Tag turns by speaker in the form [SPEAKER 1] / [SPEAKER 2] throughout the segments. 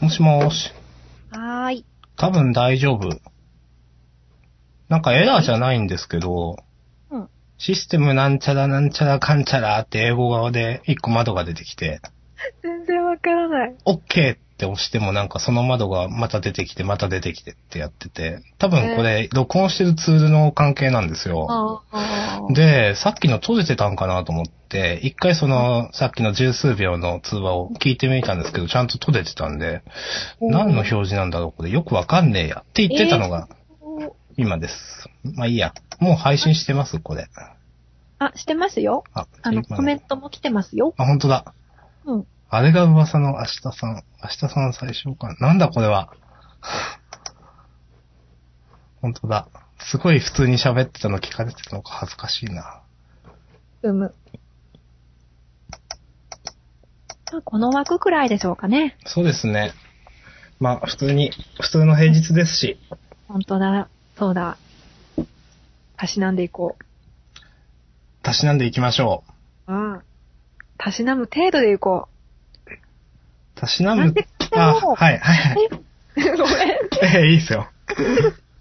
[SPEAKER 1] もしもーし。
[SPEAKER 2] はーい。
[SPEAKER 1] 多分大丈夫。なんかエラーじゃないんですけど、
[SPEAKER 2] うん
[SPEAKER 1] システムなんちゃらなんちゃらかんちゃらって英語側で一個窓が出てきて、
[SPEAKER 2] 全然わからない。
[SPEAKER 1] OK って押してもなんかその窓がまた出てきて、また出てきてってやってて、多分これ録音してるツールの関係なんですよ。
[SPEAKER 2] ああ。
[SPEAKER 1] で、さっきの閉じてたんかなと思って、一回その、さっきの十数秒の通話を聞いてみたんですけど、ちゃんと閉じてたんで、
[SPEAKER 2] うん
[SPEAKER 1] 何の表示なんだろうこれよくわかんねえやって言ってたのが今です。まあいいや。もう配信してますこれ。
[SPEAKER 2] あ、してますよ。
[SPEAKER 1] あ、
[SPEAKER 2] あの、
[SPEAKER 1] 今ね
[SPEAKER 2] コメントも来てますよ。
[SPEAKER 1] あ、本当だ。
[SPEAKER 2] うん。
[SPEAKER 1] あれが噂の明日さん。明日さん最初か。なんだこれは。本当だ。すごい普通に喋ってたの聞かれてたのか恥ずかしいな。
[SPEAKER 2] うむ。まあこの枠くらいでしょうかね。
[SPEAKER 1] そうですね。まあ、普通に、普通の平日ですし、
[SPEAKER 2] 本当だ。そうだ。たしなんでいこ
[SPEAKER 1] たしなんでいきましょ
[SPEAKER 2] う。うん。たしなむ程度でいこ
[SPEAKER 1] う。たしな
[SPEAKER 2] な
[SPEAKER 1] む
[SPEAKER 2] んで、
[SPEAKER 1] あ、
[SPEAKER 2] もう
[SPEAKER 1] はい、はい、はい。
[SPEAKER 2] う。 ごめん。
[SPEAKER 1] え えいいですよ。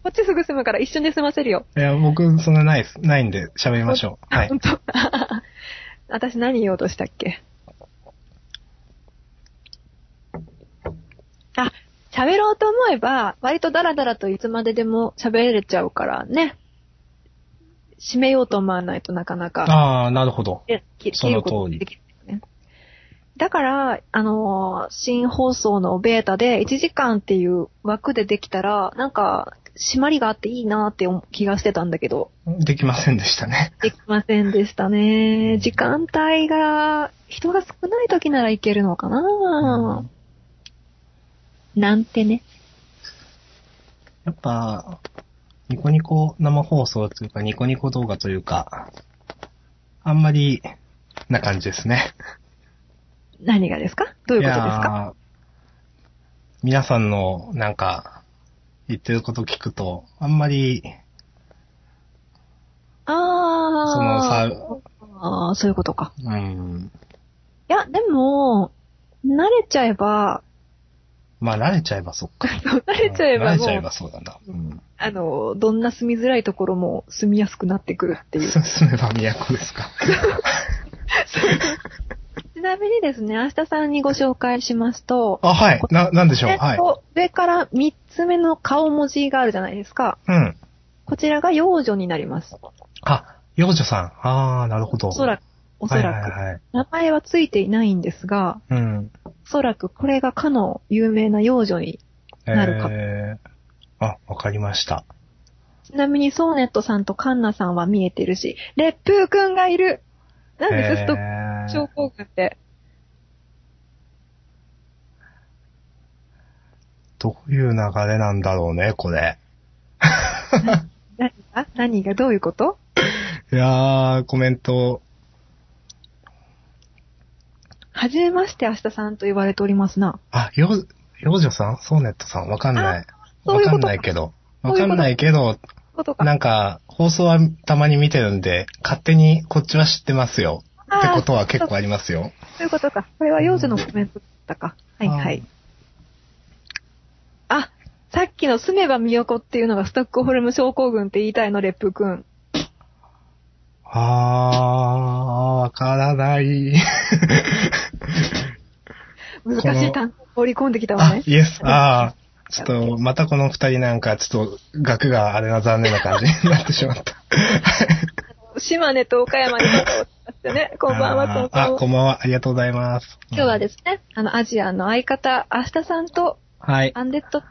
[SPEAKER 2] こっちすぐ済むから一瞬で済ませるよ。
[SPEAKER 1] いや、僕、そんなないです。ないんで、喋りましょう。はい
[SPEAKER 2] ほ。んと。 私何言おうとしたっけあ、喋ろうと思えば、割とダラダラといつまででも喋れちゃうからね。締めようと思わないとなかなか、
[SPEAKER 1] ああ、なるほど。
[SPEAKER 2] でき
[SPEAKER 1] その通り
[SPEAKER 2] 切ることができないよね。だから、あのー新放送のベータで1時間っていう枠でできたら、なんか、締まりがあっていいなーって思う気がしてたんだけど。
[SPEAKER 1] できませんでしたね。
[SPEAKER 2] できませんでしたね。時間帯が、人が少ない時ならいけるのかな、なんてね。
[SPEAKER 1] やっぱ、ニコニコ生放送というか、ニコニコ動画というか、あんまり、な感じですね。
[SPEAKER 2] 何がですかどういうことですか
[SPEAKER 1] やー皆さんの、なんか、言ってること聞くと、あんまり、そのさ
[SPEAKER 2] あー、あー、そういうことか。
[SPEAKER 1] うん、
[SPEAKER 2] いや、でも、慣れちゃえば、
[SPEAKER 1] まあ慣れちゃえばそっか。
[SPEAKER 2] 慣れちゃえば
[SPEAKER 1] 慣れ
[SPEAKER 2] も
[SPEAKER 1] ちゃえ
[SPEAKER 2] う
[SPEAKER 1] ば、そうだな。うん。
[SPEAKER 2] あの、どんな住みづらいところも住みやすくなってくるってい う。
[SPEAKER 1] 住めば都ですか。
[SPEAKER 2] ちなみにですね、明日さんにご紹介しますと、
[SPEAKER 1] あ、はい。な、なんでしょう。はい。
[SPEAKER 2] こう上から3つ目の顔文字があるじゃないですか。
[SPEAKER 1] うん。
[SPEAKER 2] こちらが幼女になります。
[SPEAKER 1] あ、幼女さん。あー、なるほど。
[SPEAKER 2] おそらく。おそらく。
[SPEAKER 1] はいはいはい。
[SPEAKER 2] 名前はついていないんですが、
[SPEAKER 1] うん。
[SPEAKER 2] おそらくこれがかの有名な幼女に。なるか
[SPEAKER 1] えー、あ、わかりました。
[SPEAKER 2] ちなみにソーネットさんとカンナさんは見えてるし、烈風くんがいるなんでずっと
[SPEAKER 1] えー
[SPEAKER 2] 症候群って。
[SPEAKER 1] どういう流れなんだろうね、これ。
[SPEAKER 2] 何が何がどういうこと
[SPEAKER 1] いやー、コメント、
[SPEAKER 2] はじめまして明日さんと言われておりますな。
[SPEAKER 1] あ、よ、幼女さんソーネットさんわかんない。
[SPEAKER 2] そう
[SPEAKER 1] わ
[SPEAKER 2] いう
[SPEAKER 1] か
[SPEAKER 2] こ
[SPEAKER 1] ん
[SPEAKER 2] と
[SPEAKER 1] ないけど。
[SPEAKER 2] そういう
[SPEAKER 1] わ
[SPEAKER 2] こと
[SPEAKER 1] かんないけど、
[SPEAKER 2] ことか。
[SPEAKER 1] なんか、放送はたまに見てるんで、勝手にこっちは知ってますよ。って
[SPEAKER 2] あー
[SPEAKER 1] ことは結構ありますよ。
[SPEAKER 2] そういうことか。これは幼女のコメントだったか。はいはい。あ、さっきの住めば都っていうのがストックホルム症候群って言いたいの、烈風くん。
[SPEAKER 1] あー、わからない。
[SPEAKER 2] 難
[SPEAKER 1] こ
[SPEAKER 2] し
[SPEAKER 1] の
[SPEAKER 2] い単語を放り込んできたわ
[SPEAKER 1] あ、
[SPEAKER 2] ね。
[SPEAKER 1] イエス、あー。ちょっと、またこの二人なんか、ちょっと、額があれな残念な感じになってしまった。
[SPEAKER 2] 島根と岡山にまたお伝してね。 こんばんは、こんば
[SPEAKER 1] あ
[SPEAKER 2] ん
[SPEAKER 1] ーあ、こ
[SPEAKER 2] は。
[SPEAKER 1] んばんは。ありがとうございます。
[SPEAKER 2] 今日は
[SPEAKER 1] す。
[SPEAKER 2] ですね、あの、アジアの相方、明日さんと
[SPEAKER 1] はい。
[SPEAKER 2] アンデッド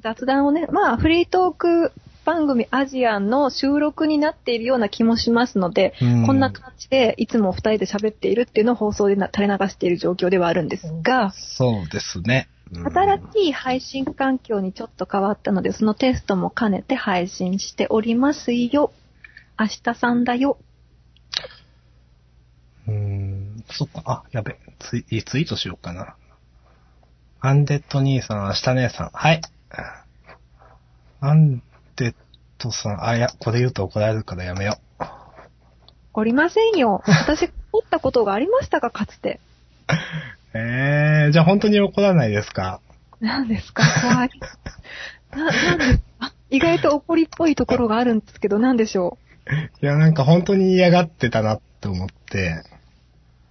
[SPEAKER 2] 雑談をね、まあ、フリートーク番組アジアンの収録になっているような気もしますので、
[SPEAKER 1] うん
[SPEAKER 2] こんな感じで、いつも二人で喋っているっていうのを放送でな垂れ流している状況ではあるんですが、
[SPEAKER 1] そうですね。うん
[SPEAKER 2] 新しい配信環境にちょっと変わったので、そのテストも兼ねて配信しておりますよ。明日さんだよ。
[SPEAKER 1] うーん、そっか、あ、やべ、ツイリツイートしようかな。アンデッド兄さん、明日姉さん、はい。アンデッドさん、あ、いや、これ言うと怒られるからやめよう。
[SPEAKER 2] おりませんよ。私、怒ったことがありましたが、かつて。
[SPEAKER 1] えー、じゃあ本当に怒らないですか
[SPEAKER 2] 何ですか怖い。な、なんですか意外と怒りっぽいところがあるんですけど、なんでしょ
[SPEAKER 1] いや、なんか本当に嫌がってたなって思って。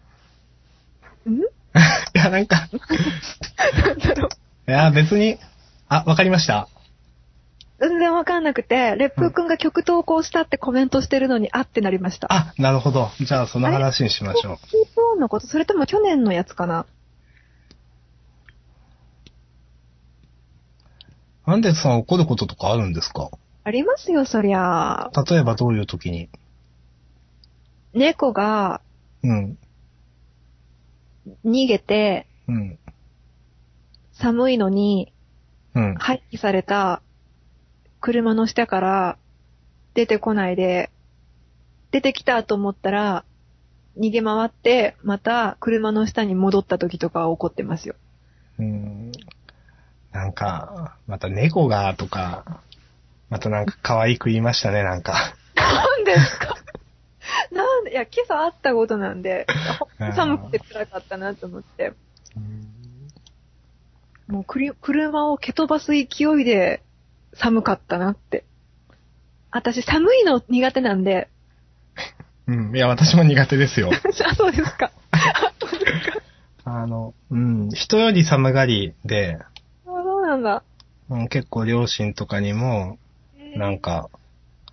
[SPEAKER 2] うん
[SPEAKER 1] いや、なんか、
[SPEAKER 2] なんだろう。
[SPEAKER 1] いや、別に、あ、わかりました。
[SPEAKER 2] 全然わかんなくて、烈風くんが曲投稿したってコメントしてるのに、あってなりました。
[SPEAKER 1] あ、なるほど。じゃあ、その話にしましょう。
[SPEAKER 2] 今日のこと、それとも去年のやつかな
[SPEAKER 1] なんでさん怒ることとかあるんですか
[SPEAKER 2] ありますよ、そりゃ。
[SPEAKER 1] 例えばどういう時に
[SPEAKER 2] 猫が
[SPEAKER 1] うん。
[SPEAKER 2] 逃げて、
[SPEAKER 1] うん。
[SPEAKER 2] 寒いのに、
[SPEAKER 1] うん。
[SPEAKER 2] 廃棄された車の下から出てこないで、出てきたと思ったら、逃げ回って、また車の下に戻った時とかは怒ってますよ。
[SPEAKER 1] うん。なんか、また猫がとか、またなんか可愛く言いましたね、なんか。
[SPEAKER 2] なんですか なんで、いや、今朝あったことな んで、寒くて辛かったなと思って、もうくり車を蹴飛ばす勢いで寒かったなって。私寒いの苦手なんで、
[SPEAKER 1] うん。いや、私も苦手ですよ。
[SPEAKER 2] あ、そうですか。あそうですか
[SPEAKER 1] あの、うん。人より寒がりで、
[SPEAKER 2] あそうなんだ。
[SPEAKER 1] うん、結構両親とかにも、
[SPEAKER 2] えー
[SPEAKER 1] なんか、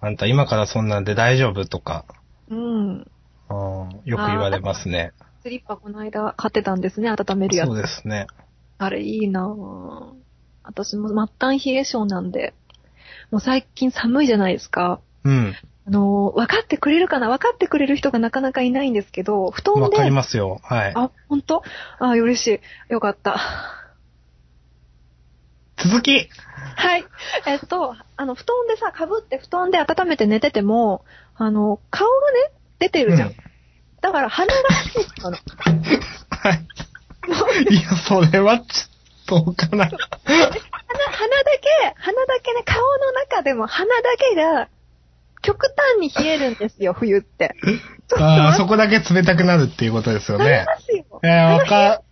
[SPEAKER 1] あんた今からそんなんで大丈夫とか、
[SPEAKER 2] う
[SPEAKER 1] う
[SPEAKER 2] ん。
[SPEAKER 1] ん、よく言われますね。
[SPEAKER 2] スリッパこの間買ってたんですね、温めるや
[SPEAKER 1] そう
[SPEAKER 2] つ。
[SPEAKER 1] ですね。
[SPEAKER 2] あれいいなぁ。私も末端冷え性なんで、もう最近寒いじゃないですか。
[SPEAKER 1] うん。
[SPEAKER 2] あのー、分かってくれるかな分かってくれる人がなかなかいないんですけど、布団
[SPEAKER 1] わ
[SPEAKER 2] で、
[SPEAKER 1] かりますよ。はい。
[SPEAKER 2] あ、本当あ、嬉しい。よかった。
[SPEAKER 1] 続き
[SPEAKER 2] はい。えっと、あの、布団でさ、被って布団で温めて寝てても、あの、顔がね、出てるじゃん。
[SPEAKER 1] うん
[SPEAKER 2] だから鼻が出てる
[SPEAKER 1] は
[SPEAKER 2] の。
[SPEAKER 1] い。いや、それはちょっとおかない。
[SPEAKER 2] 鼻、鼻だけ、鼻だけね、顔の中でも鼻だけが、極端に冷えるんですよ、冬って。ちょっと
[SPEAKER 1] あ あ、
[SPEAKER 2] わ
[SPEAKER 1] そ
[SPEAKER 2] か
[SPEAKER 1] こだけ冷たくなるっていうことですよ
[SPEAKER 2] り
[SPEAKER 1] ね。
[SPEAKER 2] ますよ。
[SPEAKER 1] えー、わか、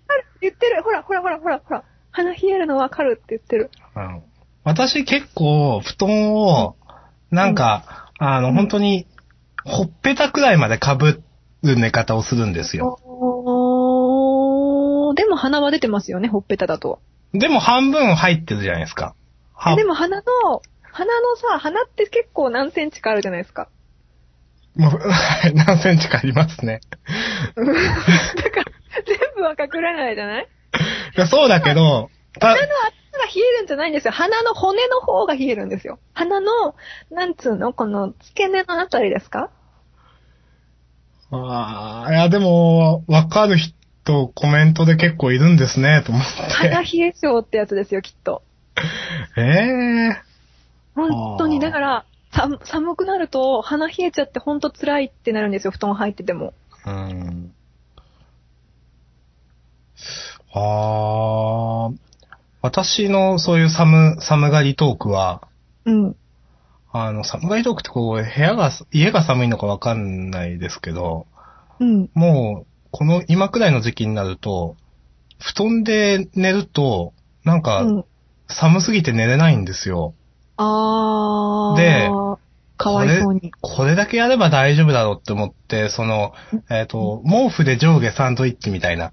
[SPEAKER 2] 言ってる。ほら、ほら、ほら、ほら、ほら。鼻冷えるのわかるって言ってる。
[SPEAKER 1] うん私結構、布団を、なんか、あの、本当に、ほっぺたくらいまで被る寝方をするんですよ。
[SPEAKER 2] おーでも鼻は出てますよね、ほっぺただと。
[SPEAKER 1] でも半分入ってるじゃないですか。は
[SPEAKER 2] で、も鼻の、鼻のさ、鼻って結構何センチかあるじゃないです か。
[SPEAKER 1] もうはい 何センチかありますね。
[SPEAKER 2] だから、全部は隠れないじゃない
[SPEAKER 1] いやそうだけど、た
[SPEAKER 2] 鼻のあっちが冷えるんじゃないんですよ。鼻の骨の方が冷えるんですよ。鼻の、なんつうのこの、付け根のあたりですか
[SPEAKER 1] あーいや、でも、わかる人、コメントで結構いるんですね、と思っ
[SPEAKER 2] 鼻
[SPEAKER 1] て。
[SPEAKER 2] 冷え性ってやつですよ、きっと。
[SPEAKER 1] ええ
[SPEAKER 2] 本当に、
[SPEAKER 1] あー
[SPEAKER 2] だから、寒寒くなると、鼻冷えちゃって本当辛いってなるんですよ、布団入ってても。
[SPEAKER 1] うん。あー私のそういう寒、寒がりトークは、
[SPEAKER 2] うん。
[SPEAKER 1] あの、寒がりトークってこう、部屋が、家が寒いのかわかんないですけど、
[SPEAKER 2] うん。
[SPEAKER 1] もう、この今くらいの時期になると、布団で寝ると、なんか
[SPEAKER 2] う、ん。
[SPEAKER 1] 寒すぎて寝れないんですよ。
[SPEAKER 2] あー。
[SPEAKER 1] で、
[SPEAKER 2] かわいそうに。
[SPEAKER 1] これだけやれば大丈夫だろうって思って、その、えっ、と、毛布で上下サンドイッチみたいな。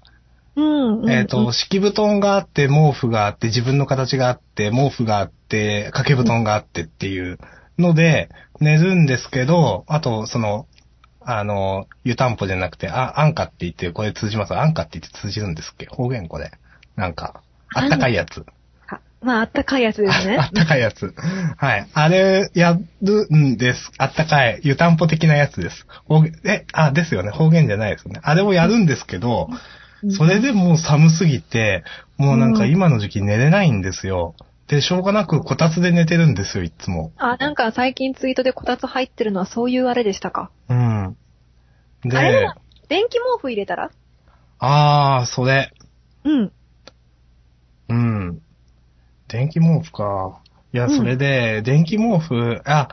[SPEAKER 2] うんうん。
[SPEAKER 1] えっ、
[SPEAKER 2] うん
[SPEAKER 1] と、、敷布団があって、毛布があって、自分の形があって、毛布があって、掛け布団があってっていうので、寝るんですけど、あと、その、あの、湯たんぽじゃなくて、あ、安価って言って、これ通じます。安価って言って通じるんですっけ方言これ。なんか、あったかいやつ。
[SPEAKER 2] あまあ、あったかいやつですね
[SPEAKER 1] あ。ったかいやつ。はい。あれ、やるんです。あったかい、湯たんぽ的なやつです。方言え、あ、ですよね。方言じゃないですよね。あれをやるんですけど、それでもう寒すぎて、もうなんか今の時期寝れないんですよ。で、しょうがなくこたつで寝てるんですよ、いつも。
[SPEAKER 2] あ、なんか最近ツイートでこたつ入ってるのはそういうあれでしたか。
[SPEAKER 1] うん。
[SPEAKER 2] あれ
[SPEAKER 1] で、
[SPEAKER 2] は電気毛布入れたら
[SPEAKER 1] あー、それ。
[SPEAKER 2] うん。
[SPEAKER 1] うん。電気毛布か。いや、
[SPEAKER 2] うん
[SPEAKER 1] それで、電気毛布、あ、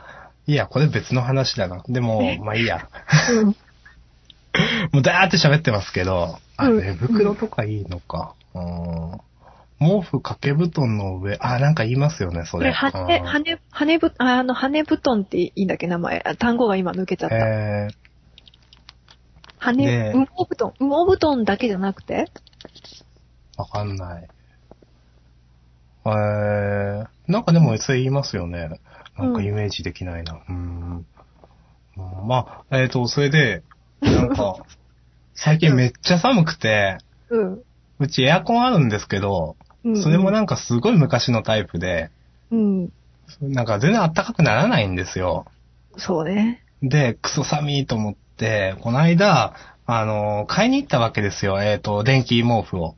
[SPEAKER 1] いや、これ別の話だな。でも
[SPEAKER 2] え、
[SPEAKER 1] まあいいや。
[SPEAKER 2] うん。
[SPEAKER 1] もうだーって喋ってますけど、あ、
[SPEAKER 2] うん
[SPEAKER 1] 寝袋とかいいのか。うん。毛布掛け布団の上、あ、なんか言いますよね、そ
[SPEAKER 2] こ
[SPEAKER 1] れ。
[SPEAKER 2] れ、羽根、
[SPEAKER 1] あー
[SPEAKER 2] 羽根、羽根ぶ、ああの、羽根布団っていいんだっけ、名前。あ単語が今抜けちゃった。
[SPEAKER 1] えー、
[SPEAKER 2] 羽
[SPEAKER 1] ね
[SPEAKER 2] 根、羽毛布団。羽毛布団だけじゃなくて
[SPEAKER 1] わかんない。えー、なんかでもそれ言いますよね。なんかイメージできないな。うん。うんまあ、えっ、と、それで、なんか、最近めっちゃ寒くて、
[SPEAKER 2] うん。
[SPEAKER 1] うちエアコンあるんですけど、
[SPEAKER 2] うん。
[SPEAKER 1] それも
[SPEAKER 2] な、
[SPEAKER 1] なんかすごい昔のタイプで、
[SPEAKER 2] うん。
[SPEAKER 1] なんか全然暖かくならないんですよ。
[SPEAKER 2] そうね。
[SPEAKER 1] で、クソ寒いと思って、この間、あの、買いに行ったわけですよ。えっ、と、電気毛布を。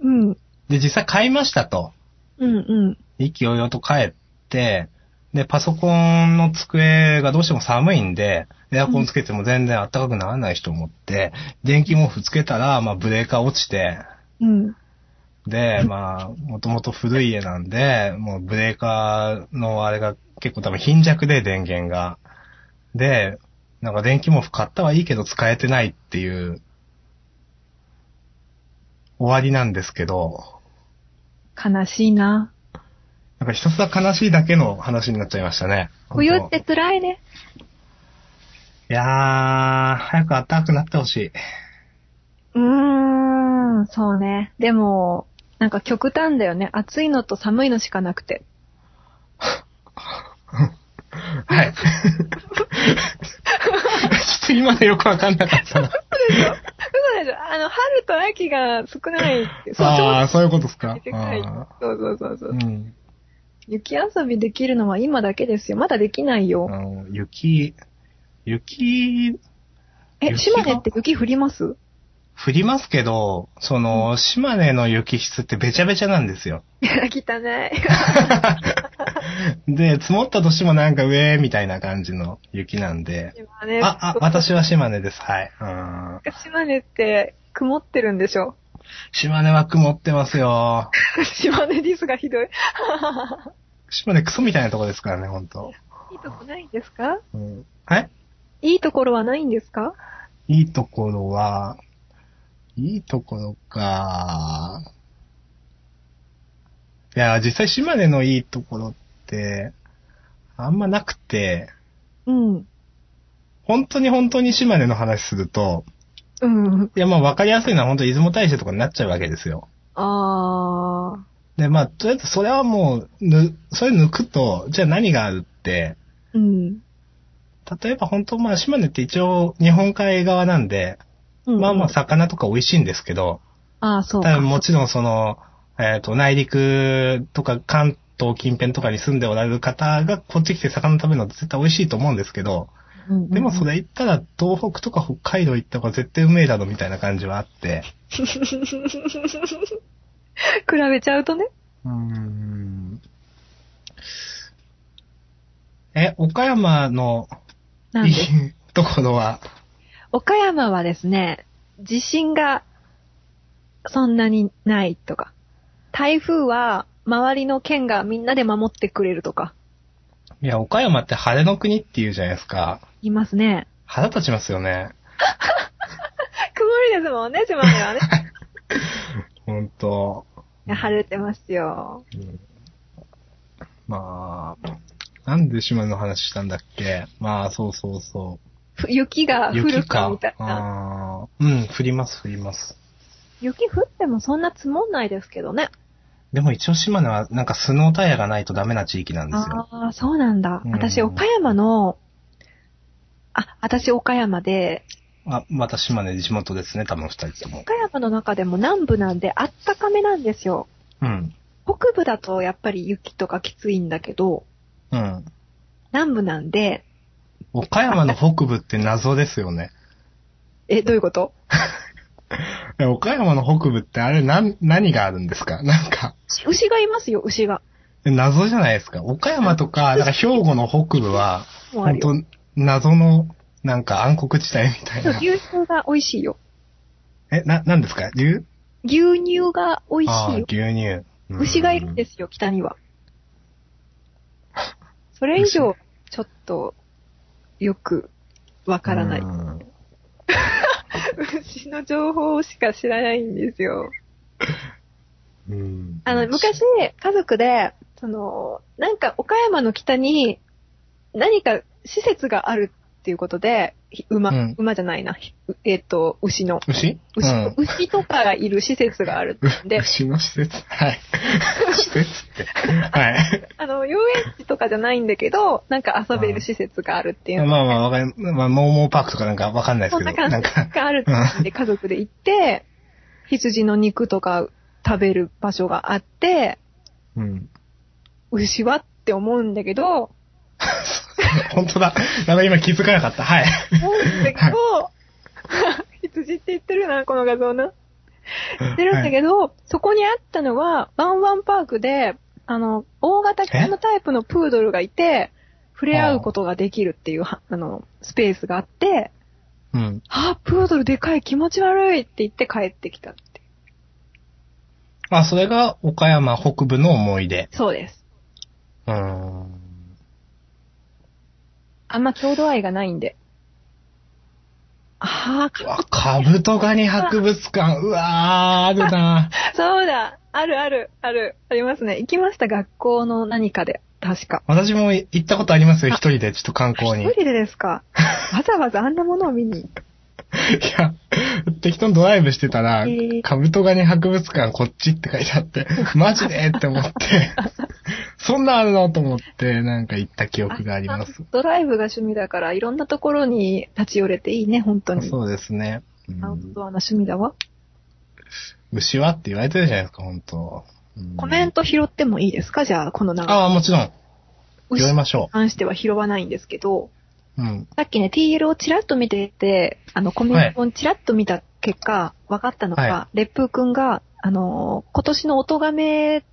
[SPEAKER 2] うん。
[SPEAKER 1] で、実際買いましたと。
[SPEAKER 2] うんうん。
[SPEAKER 1] 意気揚々と帰って、で、パソコンの机がどうしても寒いんで、エアコンつけても全然暖かくならない人思って、電気毛布つけたら、まあブレーカー落ちて、
[SPEAKER 2] うん。
[SPEAKER 1] で、まあ、もともと古い家なんで、もうブレーカーのあれが結構多分貧弱で電源が。で、なんか電気毛布買ったはいいけど使えてないっていう、終わりなんですけど、
[SPEAKER 2] 悲しいな。
[SPEAKER 1] なんかひたすら悲しいだけの話になっちゃいましたね。
[SPEAKER 2] 冬
[SPEAKER 1] 本
[SPEAKER 2] っ
[SPEAKER 1] 当
[SPEAKER 2] て辛いね。
[SPEAKER 1] いやー、早く暖かくなってほしい。
[SPEAKER 2] うーん、そうね。でも、なんか極端だよね。暑いのと寒いのしかなくて。
[SPEAKER 1] はい。ちょっと今のよくわかんなかったな。
[SPEAKER 2] そうでしょあの、春と秋が少ないって。そ う、
[SPEAKER 1] ああ、そういうことです
[SPEAKER 2] ちょ
[SPEAKER 1] か
[SPEAKER 2] う。ど短い
[SPEAKER 1] あ
[SPEAKER 2] そうそうそうそ
[SPEAKER 1] ー
[SPEAKER 2] う、
[SPEAKER 1] うん。
[SPEAKER 2] 雪遊びできるのは今だけですよ。まだできない
[SPEAKER 1] あ
[SPEAKER 2] よ。
[SPEAKER 1] の、雪、雪、
[SPEAKER 2] え、
[SPEAKER 1] 雪が
[SPEAKER 2] 島根って雪降ります
[SPEAKER 1] 降りますけど、その、島根の雪質ってべちゃべちゃなんですよ。
[SPEAKER 2] いや、汚い。
[SPEAKER 1] で、積もったとしてもなんか上みたいな感じの雪なんで。
[SPEAKER 2] 島根
[SPEAKER 1] あ、あ、私は島根です。はい。うん
[SPEAKER 2] 島根って曇ってるんでしょ
[SPEAKER 1] 島根は曇ってますよ。
[SPEAKER 2] 島根ディスがひどい。
[SPEAKER 1] 島根クソみたいなとこですからね、ほんと。
[SPEAKER 2] いいとこないんですか
[SPEAKER 1] うん、はい
[SPEAKER 2] いいところはないんですか
[SPEAKER 1] いいところは、いいところか。いや、実際島根のいいところって、あんまなくて、
[SPEAKER 2] うん。
[SPEAKER 1] 本当に本当に島根の話すると、
[SPEAKER 2] うん。
[SPEAKER 1] いや、まあ分かりやすいのは本当出雲大社とかになっちゃうわけですよ。
[SPEAKER 2] あー。
[SPEAKER 1] で、まあ、とりあえずそれはもう、ぬ、それ抜くと、じゃあ何があるって、
[SPEAKER 2] うん。
[SPEAKER 1] 例えば本当まあ島根って一応日本海側なんで、
[SPEAKER 2] うん
[SPEAKER 1] まあまあ。魚とか美味しいんですけど、
[SPEAKER 2] ああ、そう
[SPEAKER 1] 多
[SPEAKER 2] か。
[SPEAKER 1] 分もちろんその、えっ、と、内陸とか関東近辺とかに住んでおられる方がこっち来て魚食べるのって絶対美味しいと思うんですけど、
[SPEAKER 2] うんうん
[SPEAKER 1] でもそ。れ行ったら東北とか北海道行った方が絶対うめえだろみたいな感じはあって。
[SPEAKER 2] 比べちゃうとね。
[SPEAKER 1] うーん。え、岡山の
[SPEAKER 2] なん
[SPEAKER 1] い
[SPEAKER 2] で
[SPEAKER 1] いところは、
[SPEAKER 2] 岡山はですね、地震がそんなにないとか、台風は周りの県がみんなで守ってくれるとか、
[SPEAKER 1] いや、岡山って晴れの国っていうじゃないですか。
[SPEAKER 2] いますね。
[SPEAKER 1] 腹立ちますよね。
[SPEAKER 2] 曇りですもんね、島根はね。
[SPEAKER 1] ほんと。
[SPEAKER 2] いや晴れてますよ。
[SPEAKER 1] うんまあ、なんで島根の話したんだっけまあ、そうそうそ
[SPEAKER 2] ふ雪が
[SPEAKER 1] う。
[SPEAKER 2] 降る
[SPEAKER 1] 雪
[SPEAKER 2] か
[SPEAKER 1] か
[SPEAKER 2] みたい。な。
[SPEAKER 1] あーうん、降ります、降ります。
[SPEAKER 2] 雪降ってもそんな積もんないですけどね。
[SPEAKER 1] でも一応島根はなんかスノータイヤがないとダメな地域なんですよ。
[SPEAKER 2] ああ、そうなんだ。
[SPEAKER 1] うん
[SPEAKER 2] 私、岡山の、あ、私、岡山で、
[SPEAKER 1] あ、また島根地元ですね、多分二人とも。
[SPEAKER 2] 岡山の中でも南部なんで、あったかめなんですよ。
[SPEAKER 1] うん。
[SPEAKER 2] 北部だとやっぱり雪とかきついんだけど、
[SPEAKER 1] うん。
[SPEAKER 2] 南部なんで、
[SPEAKER 1] 岡山の北部って謎ですよね。
[SPEAKER 2] え、どういうこと
[SPEAKER 1] え岡山の北部ってあれなん、何があるんですかなんか、
[SPEAKER 2] 牛がいますよ、牛が。
[SPEAKER 1] 謎じゃないですか。岡山とか、なんか兵庫の北部は、
[SPEAKER 2] もうあ
[SPEAKER 1] 本
[SPEAKER 2] るよ。
[SPEAKER 1] 当謎の、なんか暗黒地帯みたいな。
[SPEAKER 2] 牛乳が美味しいよ。
[SPEAKER 1] え、な、なんですか牛
[SPEAKER 2] 牛乳が美味
[SPEAKER 1] あ
[SPEAKER 2] し
[SPEAKER 1] あ
[SPEAKER 2] いよ。
[SPEAKER 1] ー、牛乳。。
[SPEAKER 2] 牛がいるんですすよ、北 には。それ以上、ちょっと、よく、わからない。
[SPEAKER 1] うん
[SPEAKER 2] 牛の情報しか知らないんですよ。
[SPEAKER 1] うん。
[SPEAKER 2] あの、昔、家族で、その、なんか岡山の北に何か施設があるっていうことで、ひ馬、
[SPEAKER 1] うん
[SPEAKER 2] 馬じゃないな、ひえっ、と、牛の。
[SPEAKER 1] 牛
[SPEAKER 2] 牛,、
[SPEAKER 1] うん
[SPEAKER 2] 牛とかがいる施設があるんで、
[SPEAKER 1] 牛の施設 はい。施設って。はい。
[SPEAKER 2] あの、遊園地とかじゃないんだけど、なんか遊べる施設があるっていう
[SPEAKER 1] まあ
[SPEAKER 2] の
[SPEAKER 1] まあ、わかり、まあ、モーモーパークとかなんかわかんないです
[SPEAKER 2] そ
[SPEAKER 1] け
[SPEAKER 2] ん
[SPEAKER 1] ど、
[SPEAKER 2] な
[SPEAKER 1] な
[SPEAKER 2] 感
[SPEAKER 1] ん
[SPEAKER 2] じ
[SPEAKER 1] か、
[SPEAKER 2] があるって家族で行って、羊の肉とか食べる場所があって、
[SPEAKER 1] うん。
[SPEAKER 2] 牛はって思うんだけど、
[SPEAKER 1] 本当だ。なんか今気づかなかった。はい。
[SPEAKER 2] 思うんだけど、羊って言ってるな、この画像な。言ってるんだ
[SPEAKER 1] ど。
[SPEAKER 2] けど、そこにあったのは、ワンワンパークで、あの、大型犬のタイプのプードルがいて、触れ合うことができるっていうは、あの、スペースがあって、
[SPEAKER 1] うん。
[SPEAKER 2] あ、プードルでかい気持ち悪いって言って帰ってきたって。
[SPEAKER 1] まあ、それが岡山北部の思い出。
[SPEAKER 2] そうです。
[SPEAKER 1] うーん。
[SPEAKER 2] あんま郷土愛がないんで。あ
[SPEAKER 1] う
[SPEAKER 2] あ、
[SPEAKER 1] わ、カブトガニ博物館。うわー、あるな
[SPEAKER 2] そうだ。あるある、ある、ありますね。行きました、学校の何かで。確か。
[SPEAKER 1] 私も行ったことありますよ、一人で、ちょっと観光に。い
[SPEAKER 2] 一人でですかわざわざあんなものを見に。
[SPEAKER 1] や、適当にドライブしてたら
[SPEAKER 2] えー、
[SPEAKER 1] カブトガニ博物館こっちって書いてあって、マジでって思って、そんなんあるのと思って、なんか行った記憶があります。
[SPEAKER 2] ドライブが趣味だから、いろんなところに立ち寄れていいね、本当に。
[SPEAKER 1] そうですね。うん
[SPEAKER 2] アウトドアな趣味だわ。
[SPEAKER 1] 牛はって言われてるじゃないですか、本当うん
[SPEAKER 2] コメント拾ってもいいですかじゃあ、この流れ。
[SPEAKER 1] ああ、もちろん。
[SPEAKER 2] 牛
[SPEAKER 1] 拾い
[SPEAKER 2] に
[SPEAKER 1] ましょ
[SPEAKER 2] 関しては拾わないんですけど、
[SPEAKER 1] う。うん。
[SPEAKER 2] さっきね、TL をチラッと見てて、あの、コメントをチラッと見た結果、分かったのが
[SPEAKER 1] は、
[SPEAKER 2] 烈風くんが、あのー、今年の音亀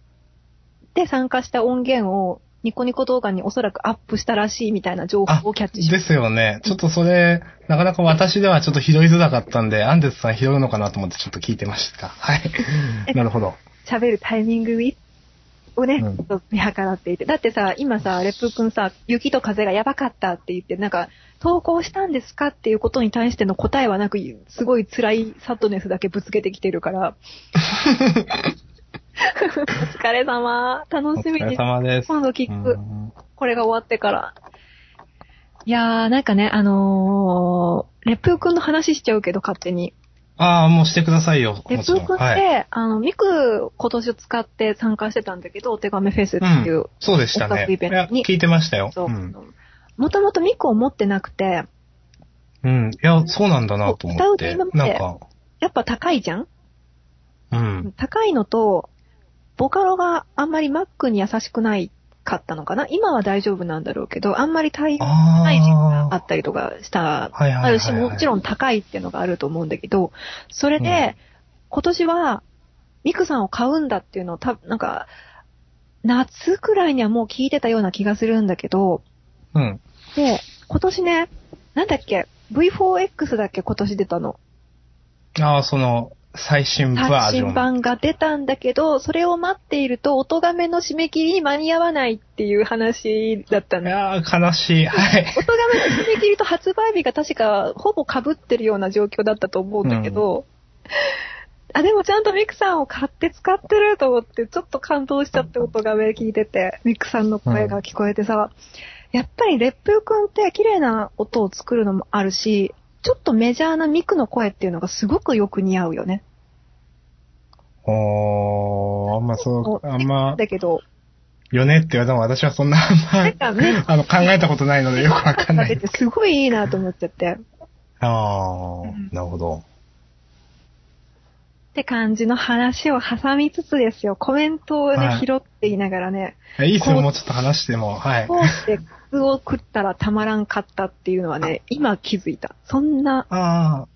[SPEAKER 2] で参加した音源を、ニコニコ動画におそらくアップしたらしいみたいな情報をキャッチしま
[SPEAKER 1] ですよね。ちょっとそれ、なかなか私ではちょっと拾いづらかったんで、アンデスさん拾うのかなと思ってちょっと聞いてました。はい
[SPEAKER 2] え。
[SPEAKER 1] なるほど。
[SPEAKER 2] 喋るタイミングをね、
[SPEAKER 1] うん
[SPEAKER 2] ちょっと見計らっていて。だってさ、今さ、レップ君さ、雪と風がやばかったって言って、なんか、投稿したんですかっていうことに対しての答えはなく、すごい辛いサッドネスだけぶつけてきて るから。お疲れ様。
[SPEAKER 1] お
[SPEAKER 2] 楽し
[SPEAKER 1] 疲
[SPEAKER 2] み
[SPEAKER 1] れ
[SPEAKER 2] に。
[SPEAKER 1] 様です。
[SPEAKER 2] 今度聞
[SPEAKER 1] う
[SPEAKER 2] く。
[SPEAKER 1] ん
[SPEAKER 2] これが終わってから。いやー、なんかね、あのー、レップ君の話しちゃうけど、勝手に。
[SPEAKER 1] ああ、もうしてくださいよ。
[SPEAKER 2] レ
[SPEAKER 1] も
[SPEAKER 2] プ
[SPEAKER 1] ち
[SPEAKER 2] ー
[SPEAKER 1] ろん。
[SPEAKER 2] 君って、
[SPEAKER 1] はい。
[SPEAKER 2] あの、ミク今年を使って参加してたんだけど、お手紙フェスっていう、
[SPEAKER 1] そうでした
[SPEAKER 2] 音
[SPEAKER 1] ね。
[SPEAKER 2] 楽イ
[SPEAKER 1] い
[SPEAKER 2] ベン
[SPEAKER 1] や、
[SPEAKER 2] トに
[SPEAKER 1] 聞いてましたよ。。
[SPEAKER 2] そううんもともとミクを持ってなくて、
[SPEAKER 1] うん。いや、そうなんだなと思って。
[SPEAKER 2] 歌う手
[SPEAKER 1] なんか、
[SPEAKER 2] やっぱ高いじゃん
[SPEAKER 1] うん。
[SPEAKER 2] 高いのと、ボカロがあんまりマックに優しくないかったのかな今は大丈夫なんだろうけど、あんまり対応
[SPEAKER 1] あ
[SPEAKER 2] ない時期があ
[SPEAKER 1] あ。
[SPEAKER 2] ったりとかし
[SPEAKER 1] は
[SPEAKER 2] た、
[SPEAKER 1] いはいはいはい。
[SPEAKER 2] あるし、もちろん高いっていうのがあると思うんだけど、それで、今年は、ミクさんを買うんだっていうのをた、なんか、夏くらいにはもう聞いてたような気がするんだけど、
[SPEAKER 1] うん。
[SPEAKER 2] で、今年ね、なんだっけ、V4X だっけ今年出たの。
[SPEAKER 1] ああ、その、最新バー
[SPEAKER 2] 最
[SPEAKER 1] ジョン。
[SPEAKER 2] 新版が出たんだけど、それを待っていると、音亀の締め切りに間に合わないっていう話だった
[SPEAKER 1] い
[SPEAKER 2] の。
[SPEAKER 1] やー、悲しい。はい。
[SPEAKER 2] 音亀の締め切りと発売日が確かほぼ被ってるような状況だったと思うんだけど、あ、でもちゃんとミクさんを買って使ってると思って、ちょっと感動しちゃって音亀聞いてて、ミクさんの声が聞こえてさ、やっぱり烈風くんって綺麗な音を作るのもあるし、ちょっとメジャーなミクの声っていうのがすごくよく似合うよね。
[SPEAKER 1] おー、あんまそう、あんま、
[SPEAKER 2] だけど、
[SPEAKER 1] よねって言われても私はそんな
[SPEAKER 2] なんか
[SPEAKER 1] あんま、
[SPEAKER 2] ね、
[SPEAKER 1] あの、考えたことないのでよくわかんな
[SPEAKER 2] 出
[SPEAKER 1] い
[SPEAKER 2] て。すごいいいなと思っちゃって。
[SPEAKER 1] あ
[SPEAKER 2] うん
[SPEAKER 1] ー、なるほど。
[SPEAKER 2] って感じの話を挟みつつですよ、コメントをね、
[SPEAKER 1] はい
[SPEAKER 2] 拾っていながらね、
[SPEAKER 1] いやいいっす
[SPEAKER 2] こ
[SPEAKER 1] よ、
[SPEAKER 2] う
[SPEAKER 1] もうちょっと話しても。はい
[SPEAKER 2] こ。うして苦を食ったらたまらんかったっていうのはね、今気づいた。そんな、
[SPEAKER 1] あー、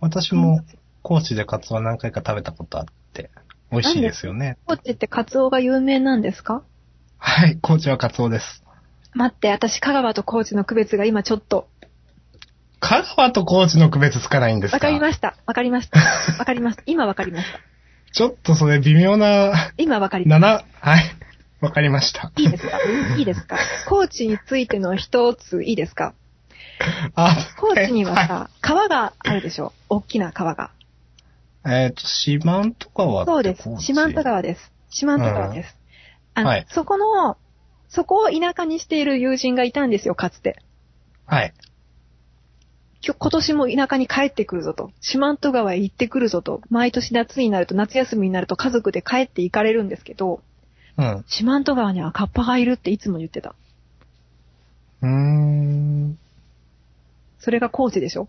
[SPEAKER 1] 私も、高知でカツオ何回か食べたことあって、美味しいですよね。
[SPEAKER 2] 高知ってカツオが有名なんですか
[SPEAKER 1] はい、高知はカツオです。
[SPEAKER 2] 待って、私、香川と高知の区別が今ちょっと、
[SPEAKER 1] 香川と高知の区別つかないんです
[SPEAKER 2] わ
[SPEAKER 1] か
[SPEAKER 2] かりました。わかりました。 わかりました。今わかりました。
[SPEAKER 1] ちょっとそれ微妙な、
[SPEAKER 2] 今わかりまし
[SPEAKER 1] 7、はい、わかりました。
[SPEAKER 2] た。いいですかいいですか高知についての一つ、いいですか
[SPEAKER 1] あ
[SPEAKER 2] 高知には
[SPEAKER 1] はい
[SPEAKER 2] さ、川があるでしょ大きな川が。
[SPEAKER 1] えっ、と、四万とかは
[SPEAKER 2] そうです。四万十
[SPEAKER 1] は。
[SPEAKER 2] 川です。四万十川です。あの、
[SPEAKER 1] はい
[SPEAKER 2] そこの、そこを田舎にしている友人がいたんですよ、かつて。
[SPEAKER 1] はい。
[SPEAKER 2] 今日今年も田舎に帰ってくるぞと。四万十川へ行ってくるぞと。毎年夏になると、夏休みになると家族で帰って行かれるんですけど、
[SPEAKER 1] うん。
[SPEAKER 2] 四万十川にはカッパがいるっていつも言ってた。
[SPEAKER 1] うーん。
[SPEAKER 2] それが高知でしょ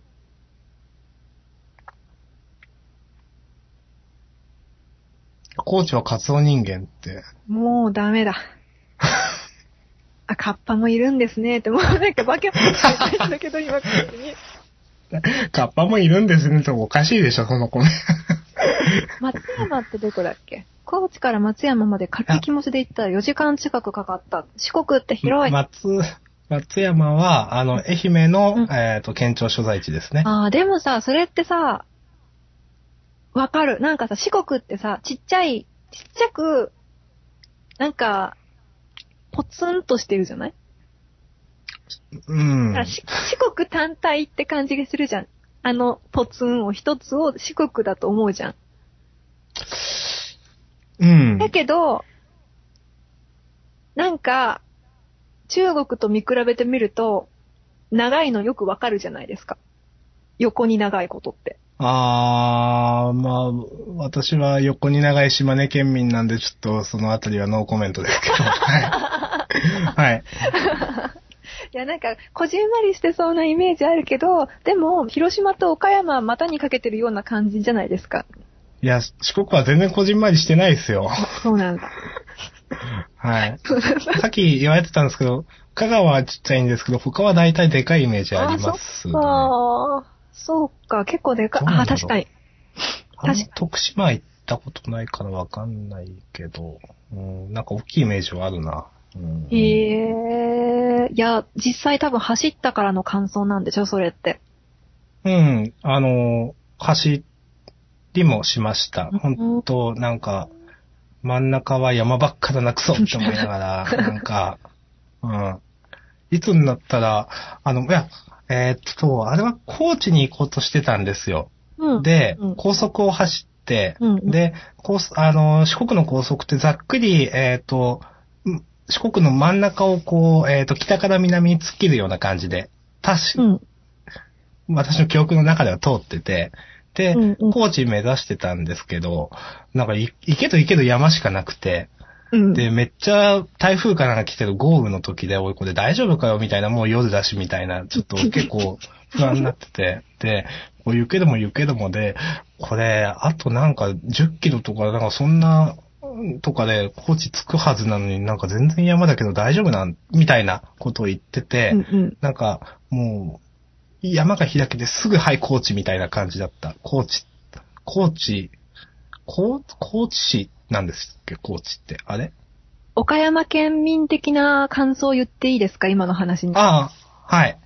[SPEAKER 1] 高知はカツオ人間っ て。
[SPEAKER 2] もうダメだ。あ、カッパもいるんですねって、もうなんかバケモンないんだけど、今別に。
[SPEAKER 1] カッパもいるんですねっておかしいでしょ、その子ね。
[SPEAKER 2] 松山ってどこだっけ高知から松山まで軽い気持ちで行ったら4時間近くかかった。四国って広い。
[SPEAKER 1] 松、松山は、あの、愛媛の、
[SPEAKER 2] うん
[SPEAKER 1] えっ、と、県庁所在地ですね。
[SPEAKER 2] ああ、でもさ、それってさ、わかる。なんかさ、四国ってさ、ちっちゃい、ちっちゃく、なんか、ポツンとしてるじゃない、
[SPEAKER 1] うん
[SPEAKER 2] だか。らし四国単体って感じがするじゃん。あの、ポツンを一つを四国だと思うじゃん。
[SPEAKER 1] うん。
[SPEAKER 2] だけど、なんか、中国と見比べてみると、長いのよくわかるじゃないですか。横に長いことって。
[SPEAKER 1] あー、まあ、私は横に長い島根県民なんで、ちょっとそのあたりはノーコメントですけ ど。はい。はい。
[SPEAKER 2] いや、なんか、こじんまりしてそうなイメージあるけど、でも、広島と岡山は股にかけてるような感じじゃないですか。
[SPEAKER 1] いや、四国は全然こじんまりしてないですよ。
[SPEAKER 2] そうなんだ。
[SPEAKER 1] はい。
[SPEAKER 2] そうなんだ。
[SPEAKER 1] さっき言われてたんですけど、香川はちっちゃいんですけど、他は大体でかいイメージあります、ね。
[SPEAKER 2] ああ、そうか、結構でかい。
[SPEAKER 1] どう
[SPEAKER 2] あ
[SPEAKER 1] なん
[SPEAKER 2] あ、
[SPEAKER 1] だろう
[SPEAKER 2] 確かに。
[SPEAKER 1] あんま
[SPEAKER 2] 確か
[SPEAKER 1] 徳島行ったことないからわかんないけど、うん、なんか大きいイメージはあるな。うん、
[SPEAKER 2] へえー、いや、実際多分走ったからの感想なんでしょ、それって。
[SPEAKER 1] うん、あの、走りもしました。
[SPEAKER 2] うん
[SPEAKER 1] 本当なんか、真ん中は山ばっかだな、クソって思いながら、 なんか、うん。いつになったら、あの、いや、えーっと、あれは高知に行こうとしてたんですよ。
[SPEAKER 2] うん。
[SPEAKER 1] で
[SPEAKER 2] うん、
[SPEAKER 1] 高速を走って、
[SPEAKER 2] うんうん
[SPEAKER 1] で、高速あの、四国の高速ってざっくり、えっ、と、ん四国の真ん中をこう、えっ、と、北から南に突っ切るような感じで、たし、
[SPEAKER 2] うん。
[SPEAKER 1] 私の記憶の中では通ってて、で、
[SPEAKER 2] うんうん
[SPEAKER 1] 高知目指してたんですけど、なんかい行けど行けど山しかなくて、
[SPEAKER 2] うん。
[SPEAKER 1] で、めっちゃ台風かなんか来てる豪雨の時で、おい、これ大丈夫かよみたいな、もう夜だしみたいな、ちょっ と結構不安になってて、で、こう行けども行けどもで、これ、あとなんか10キロとか、なんかそんな、とかで、高知着くはずなのになんか全然山だけど大丈夫なん、みたいなことを言ってて、
[SPEAKER 2] うんうん。
[SPEAKER 1] なんか、もう、山が開けてすぐ、はい、高知みたいな感じだった。高知、高知、高高知市なんですっけ、高知って。あれ
[SPEAKER 2] 岡山県民的な感想を言っていいですか今の話に。
[SPEAKER 1] ああ、はい。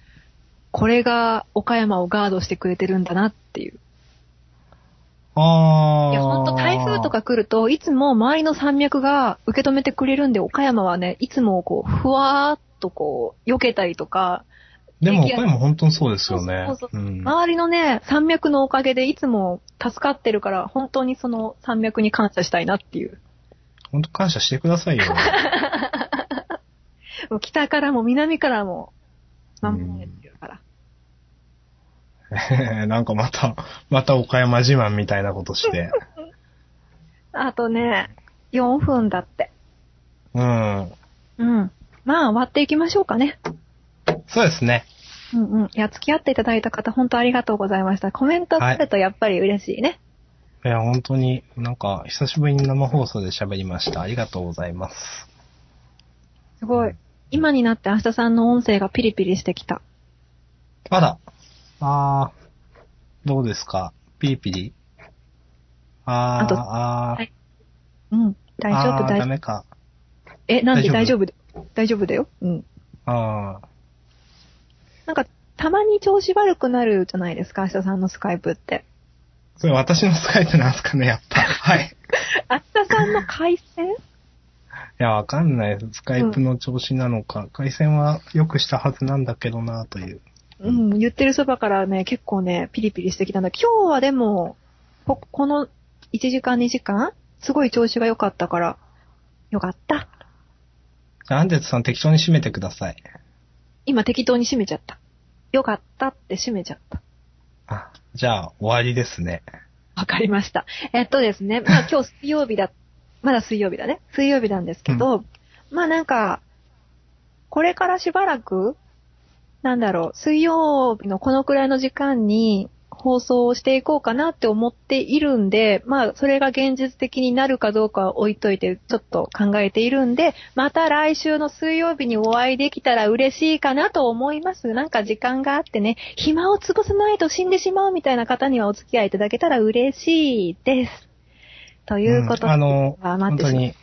[SPEAKER 2] これが岡山をガードしてくれてるんだなっていう。
[SPEAKER 1] ああ。
[SPEAKER 2] いや、ほんと台風と。か来ると、いつも周りの山脈が受け止めてくれるんで、岡山はね、いつもこう、ふわーっとこう、避けたりとか、
[SPEAKER 1] でも、岡山本当にそうですよね。
[SPEAKER 2] そうそうそう
[SPEAKER 1] うん
[SPEAKER 2] 周りのね、山脈のおかげでいつも助かってるから、本当にその山脈に感謝したいなっていう。
[SPEAKER 1] 本当感謝してください よ。
[SPEAKER 2] もう北からも南からも、守られてるから。
[SPEAKER 1] なんかまた、また岡山自慢みたいなこと して。
[SPEAKER 2] あとね、4分だって。
[SPEAKER 1] うん。
[SPEAKER 2] うん。まあ、終わっていきましょうかね。
[SPEAKER 1] そうですね。
[SPEAKER 2] うんうん。いや、付き合っていただいた方、本当ありがとうございました。コメントするとやっぱり嬉しいね。
[SPEAKER 1] いや、本当に、なんか、久しぶりに生放送で喋りました。ありがとうございます。
[SPEAKER 2] すごい。今になって明日さんの音声がピリピリしてきた。
[SPEAKER 1] あら。あー、どうですかピリピリあー、
[SPEAKER 2] あと
[SPEAKER 1] あー、
[SPEAKER 2] はいうん。大丈夫、
[SPEAKER 1] あー
[SPEAKER 2] 大
[SPEAKER 1] ダ
[SPEAKER 2] 丈夫。
[SPEAKER 1] メか。
[SPEAKER 2] え、なんで大
[SPEAKER 1] 大丈
[SPEAKER 2] 丈夫だよ大丈夫だよ。うん。
[SPEAKER 1] あ
[SPEAKER 2] なんか、たまに調子悪くなるじゃないですか、明日さんのスカイプって。
[SPEAKER 1] ー、それ私のスカイプなんですかね、やっぱ。はい。
[SPEAKER 2] 明日さんの回線
[SPEAKER 1] いや、わかんないです。スカイプの調子なのか、回線は良くしたはずなんだけどなという。
[SPEAKER 2] うん、言ってるそばからね、結構ね、ピリピリしてきたんだ。今日はでも、こ、この1時間2時間、すごい調子が良かったから、よかった。
[SPEAKER 1] じゃあ、アンデットさん適当に締めてください。
[SPEAKER 2] 今適当に閉めちゃった。よかったって閉めちゃった。
[SPEAKER 1] あ、じゃあ、終わりですね。
[SPEAKER 2] わかりました。えっとですね、まあ今日水曜日だ、まだ水曜日だね。水曜日なんですけど、まあなんか、これからしばらく、なんだろう、水曜日のこのくらいの時間に放送をしていこうかなって思っているんで、まあそれが現実的になるかどうかは置いといてちょっと考えているんで、また来週の水曜日にお会いできたら嬉しいかなと思います。なんか時間があってね、暇を潰さないと死んでしまうみたいな方にはお付き合いいただけたら嬉しいです。ということ
[SPEAKER 1] ん、あの、
[SPEAKER 2] あ
[SPEAKER 1] 本
[SPEAKER 2] 待って
[SPEAKER 1] 当
[SPEAKER 2] しまう
[SPEAKER 1] に、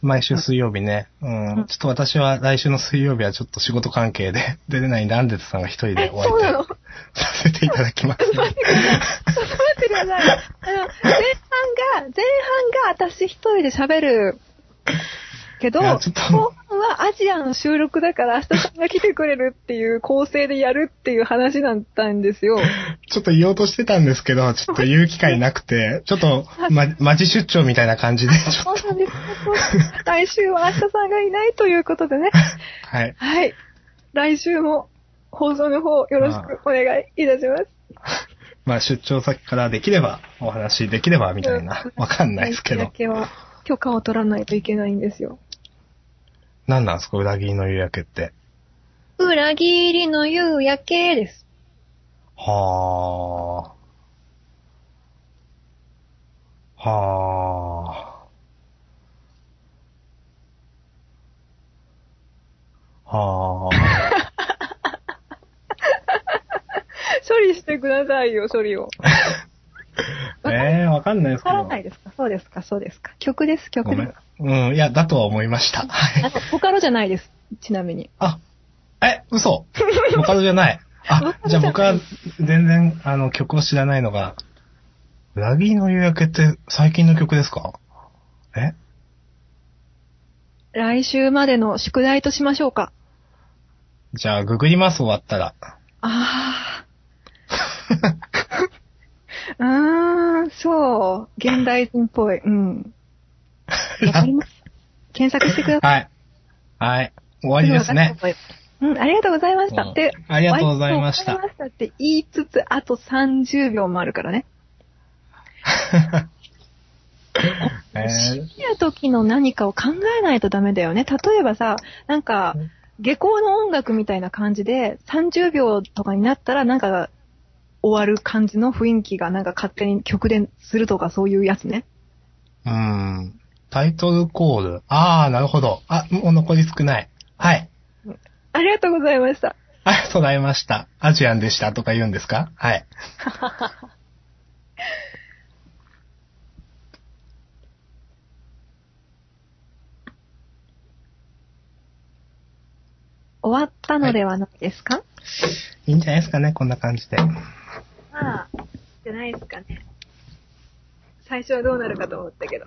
[SPEAKER 1] 毎週水曜日ね、うん、
[SPEAKER 2] うん
[SPEAKER 1] ちょっと私は来週の水曜日はちょっと仕事関係で 出れないんで、アンデットさんが一人で
[SPEAKER 2] え、
[SPEAKER 1] 終わり
[SPEAKER 2] そうなの
[SPEAKER 1] させていただきます。
[SPEAKER 2] 待ってください。ちょっと待ってください。あの、前半が、前半が私一人で喋るけど、
[SPEAKER 1] いやち
[SPEAKER 2] 後
[SPEAKER 1] ょっと
[SPEAKER 2] 半はアジアの収録だから明日さんが来てくれるっていう構成でやるっていう話だったんで すよ。
[SPEAKER 1] ちょっと言おうとしてたんですけど、ちょっと言う機会なくて、ちょっと、 ま、マジ出張みたいな感じで、ちょ
[SPEAKER 2] そうなんですね。そう来週は明日さんがいないということでね。
[SPEAKER 1] はい。
[SPEAKER 2] はい。来週も放送の方よろしくお願いいたします。
[SPEAKER 1] まあ、出張先からできれば、お話できれば、みたいな
[SPEAKER 2] うん。
[SPEAKER 1] わかんないですけ
[SPEAKER 2] 来週だ
[SPEAKER 1] ど。
[SPEAKER 2] けは許可を取らないといけないんですよ。
[SPEAKER 1] 何なんですか、裏切りの夕焼けって。
[SPEAKER 2] 裏切りの夕焼けです。
[SPEAKER 1] はあ。はあ。はあ。
[SPEAKER 2] 処理してくださいよ、処理を。
[SPEAKER 1] ええー、わかんないで
[SPEAKER 2] わ
[SPEAKER 1] すけ
[SPEAKER 2] か
[SPEAKER 1] ど。
[SPEAKER 2] らないですかそうですかそうですか。曲です、曲
[SPEAKER 1] ご
[SPEAKER 2] で
[SPEAKER 1] め
[SPEAKER 2] す
[SPEAKER 1] ん。。うん、いや、だとは思いました。はい
[SPEAKER 2] あと、ボカロじゃないです。ちなみに。
[SPEAKER 1] あ、え、 嘘。ボカロじゃない。
[SPEAKER 2] ボ
[SPEAKER 1] あ
[SPEAKER 2] カ、ロ
[SPEAKER 1] じ
[SPEAKER 2] じ
[SPEAKER 1] ゃ
[SPEAKER 2] ゃ
[SPEAKER 1] あ
[SPEAKER 2] ない
[SPEAKER 1] 僕は全然、あの、曲を知らないのが、ラギーの夕焼けって最近の曲ですかえ
[SPEAKER 2] 来週までの宿題としましょうか。
[SPEAKER 1] じゃあ、ググります、終わったら。
[SPEAKER 2] あ あ。うーん、そう。現代人っぽい。うん。わかります。検索してください。
[SPEAKER 1] はい。はい。終わりですね。
[SPEAKER 2] うん、ありがとうございまし
[SPEAKER 1] う
[SPEAKER 2] た。
[SPEAKER 1] ん
[SPEAKER 2] で
[SPEAKER 1] ありがとうございました
[SPEAKER 2] ありがとうございましたって言いつつ、あと30秒もあるからね。
[SPEAKER 1] えー
[SPEAKER 2] 深夜時の何かを考えないとダメだよね。例えばさ、なんか
[SPEAKER 1] うん、
[SPEAKER 2] 下校の音楽みたいな感じで、30秒とかになったら、なんか、終わる感じの雰囲気が、なんか勝手に曲でするとかそういうやつね。
[SPEAKER 1] うん。タイトルコール。あー、なるほど。あ、もう残り少ない。はい。
[SPEAKER 2] ありがとうございました。
[SPEAKER 1] ありがとうございました。アジアンでしたとか言うんですかはい。
[SPEAKER 2] 終わったのではないですか、
[SPEAKER 1] いいんじゃないですかね、こんな感じで。
[SPEAKER 2] まあ、じゃないですかね。最初はどうなるかと思ったけど。